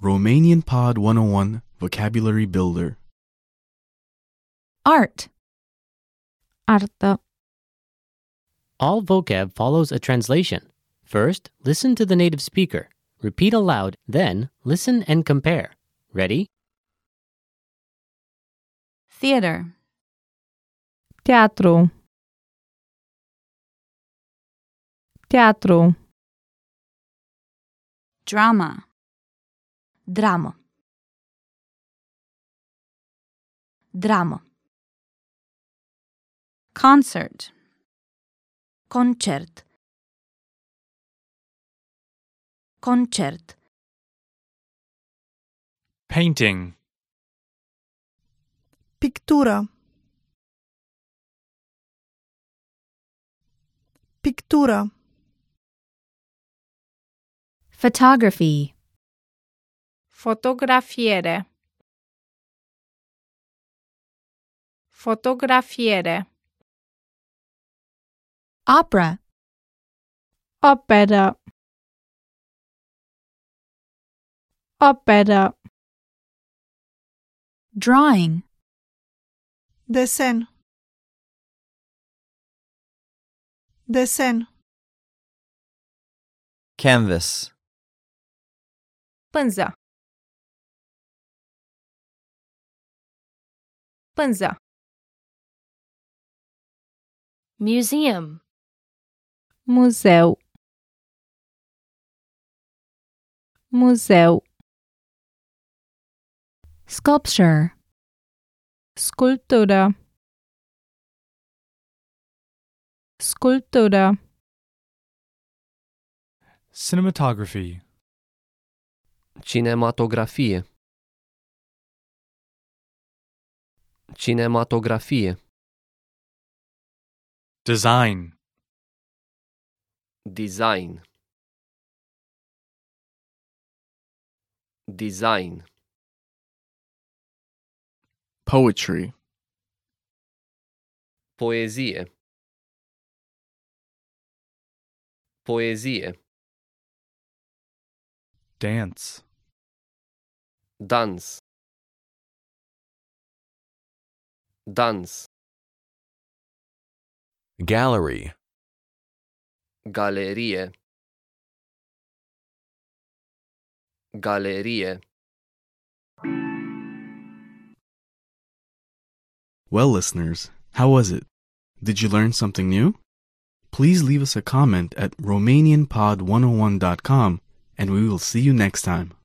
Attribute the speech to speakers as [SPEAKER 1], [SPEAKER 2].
[SPEAKER 1] Romanian Pod 101 Vocabulary Builder.
[SPEAKER 2] Art. Artă.
[SPEAKER 3] All vocab follows a translation. First, listen to the native speaker. Repeat aloud, then, listen and compare. Ready?
[SPEAKER 2] Theater.
[SPEAKER 4] Teatru. Teatru.
[SPEAKER 2] Drama. Dramă. Dramă. Concert. Concert. Concert.
[SPEAKER 5] Painting.
[SPEAKER 6] Pictură. Pictură.
[SPEAKER 2] Photography.
[SPEAKER 7] Fotografiere. Fotografiere.
[SPEAKER 2] Opera.
[SPEAKER 4] Operă. Operă.
[SPEAKER 2] Drawing.
[SPEAKER 6] Desen. Desen.
[SPEAKER 8] canvas,
[SPEAKER 7] Pânză. Pânză.
[SPEAKER 9] Museum.
[SPEAKER 4] Muzeu. Muzeu.
[SPEAKER 2] Sculpture.
[SPEAKER 4] Sculptură. Sculptură.
[SPEAKER 5] Cinematography.
[SPEAKER 10] Cinematografie. Cinematografie.
[SPEAKER 5] Design.
[SPEAKER 10] Design. Design.
[SPEAKER 1] Poetry.
[SPEAKER 10] Poezie. Poezie.
[SPEAKER 5] Dance.
[SPEAKER 10] Dans. Dans.
[SPEAKER 11] gallery,
[SPEAKER 10] Galerie. Galerie.
[SPEAKER 1] Well, listeners, how was it? Did you learn something new? Please oh leave us a comment at RomanianPod101.com and we will see you next time.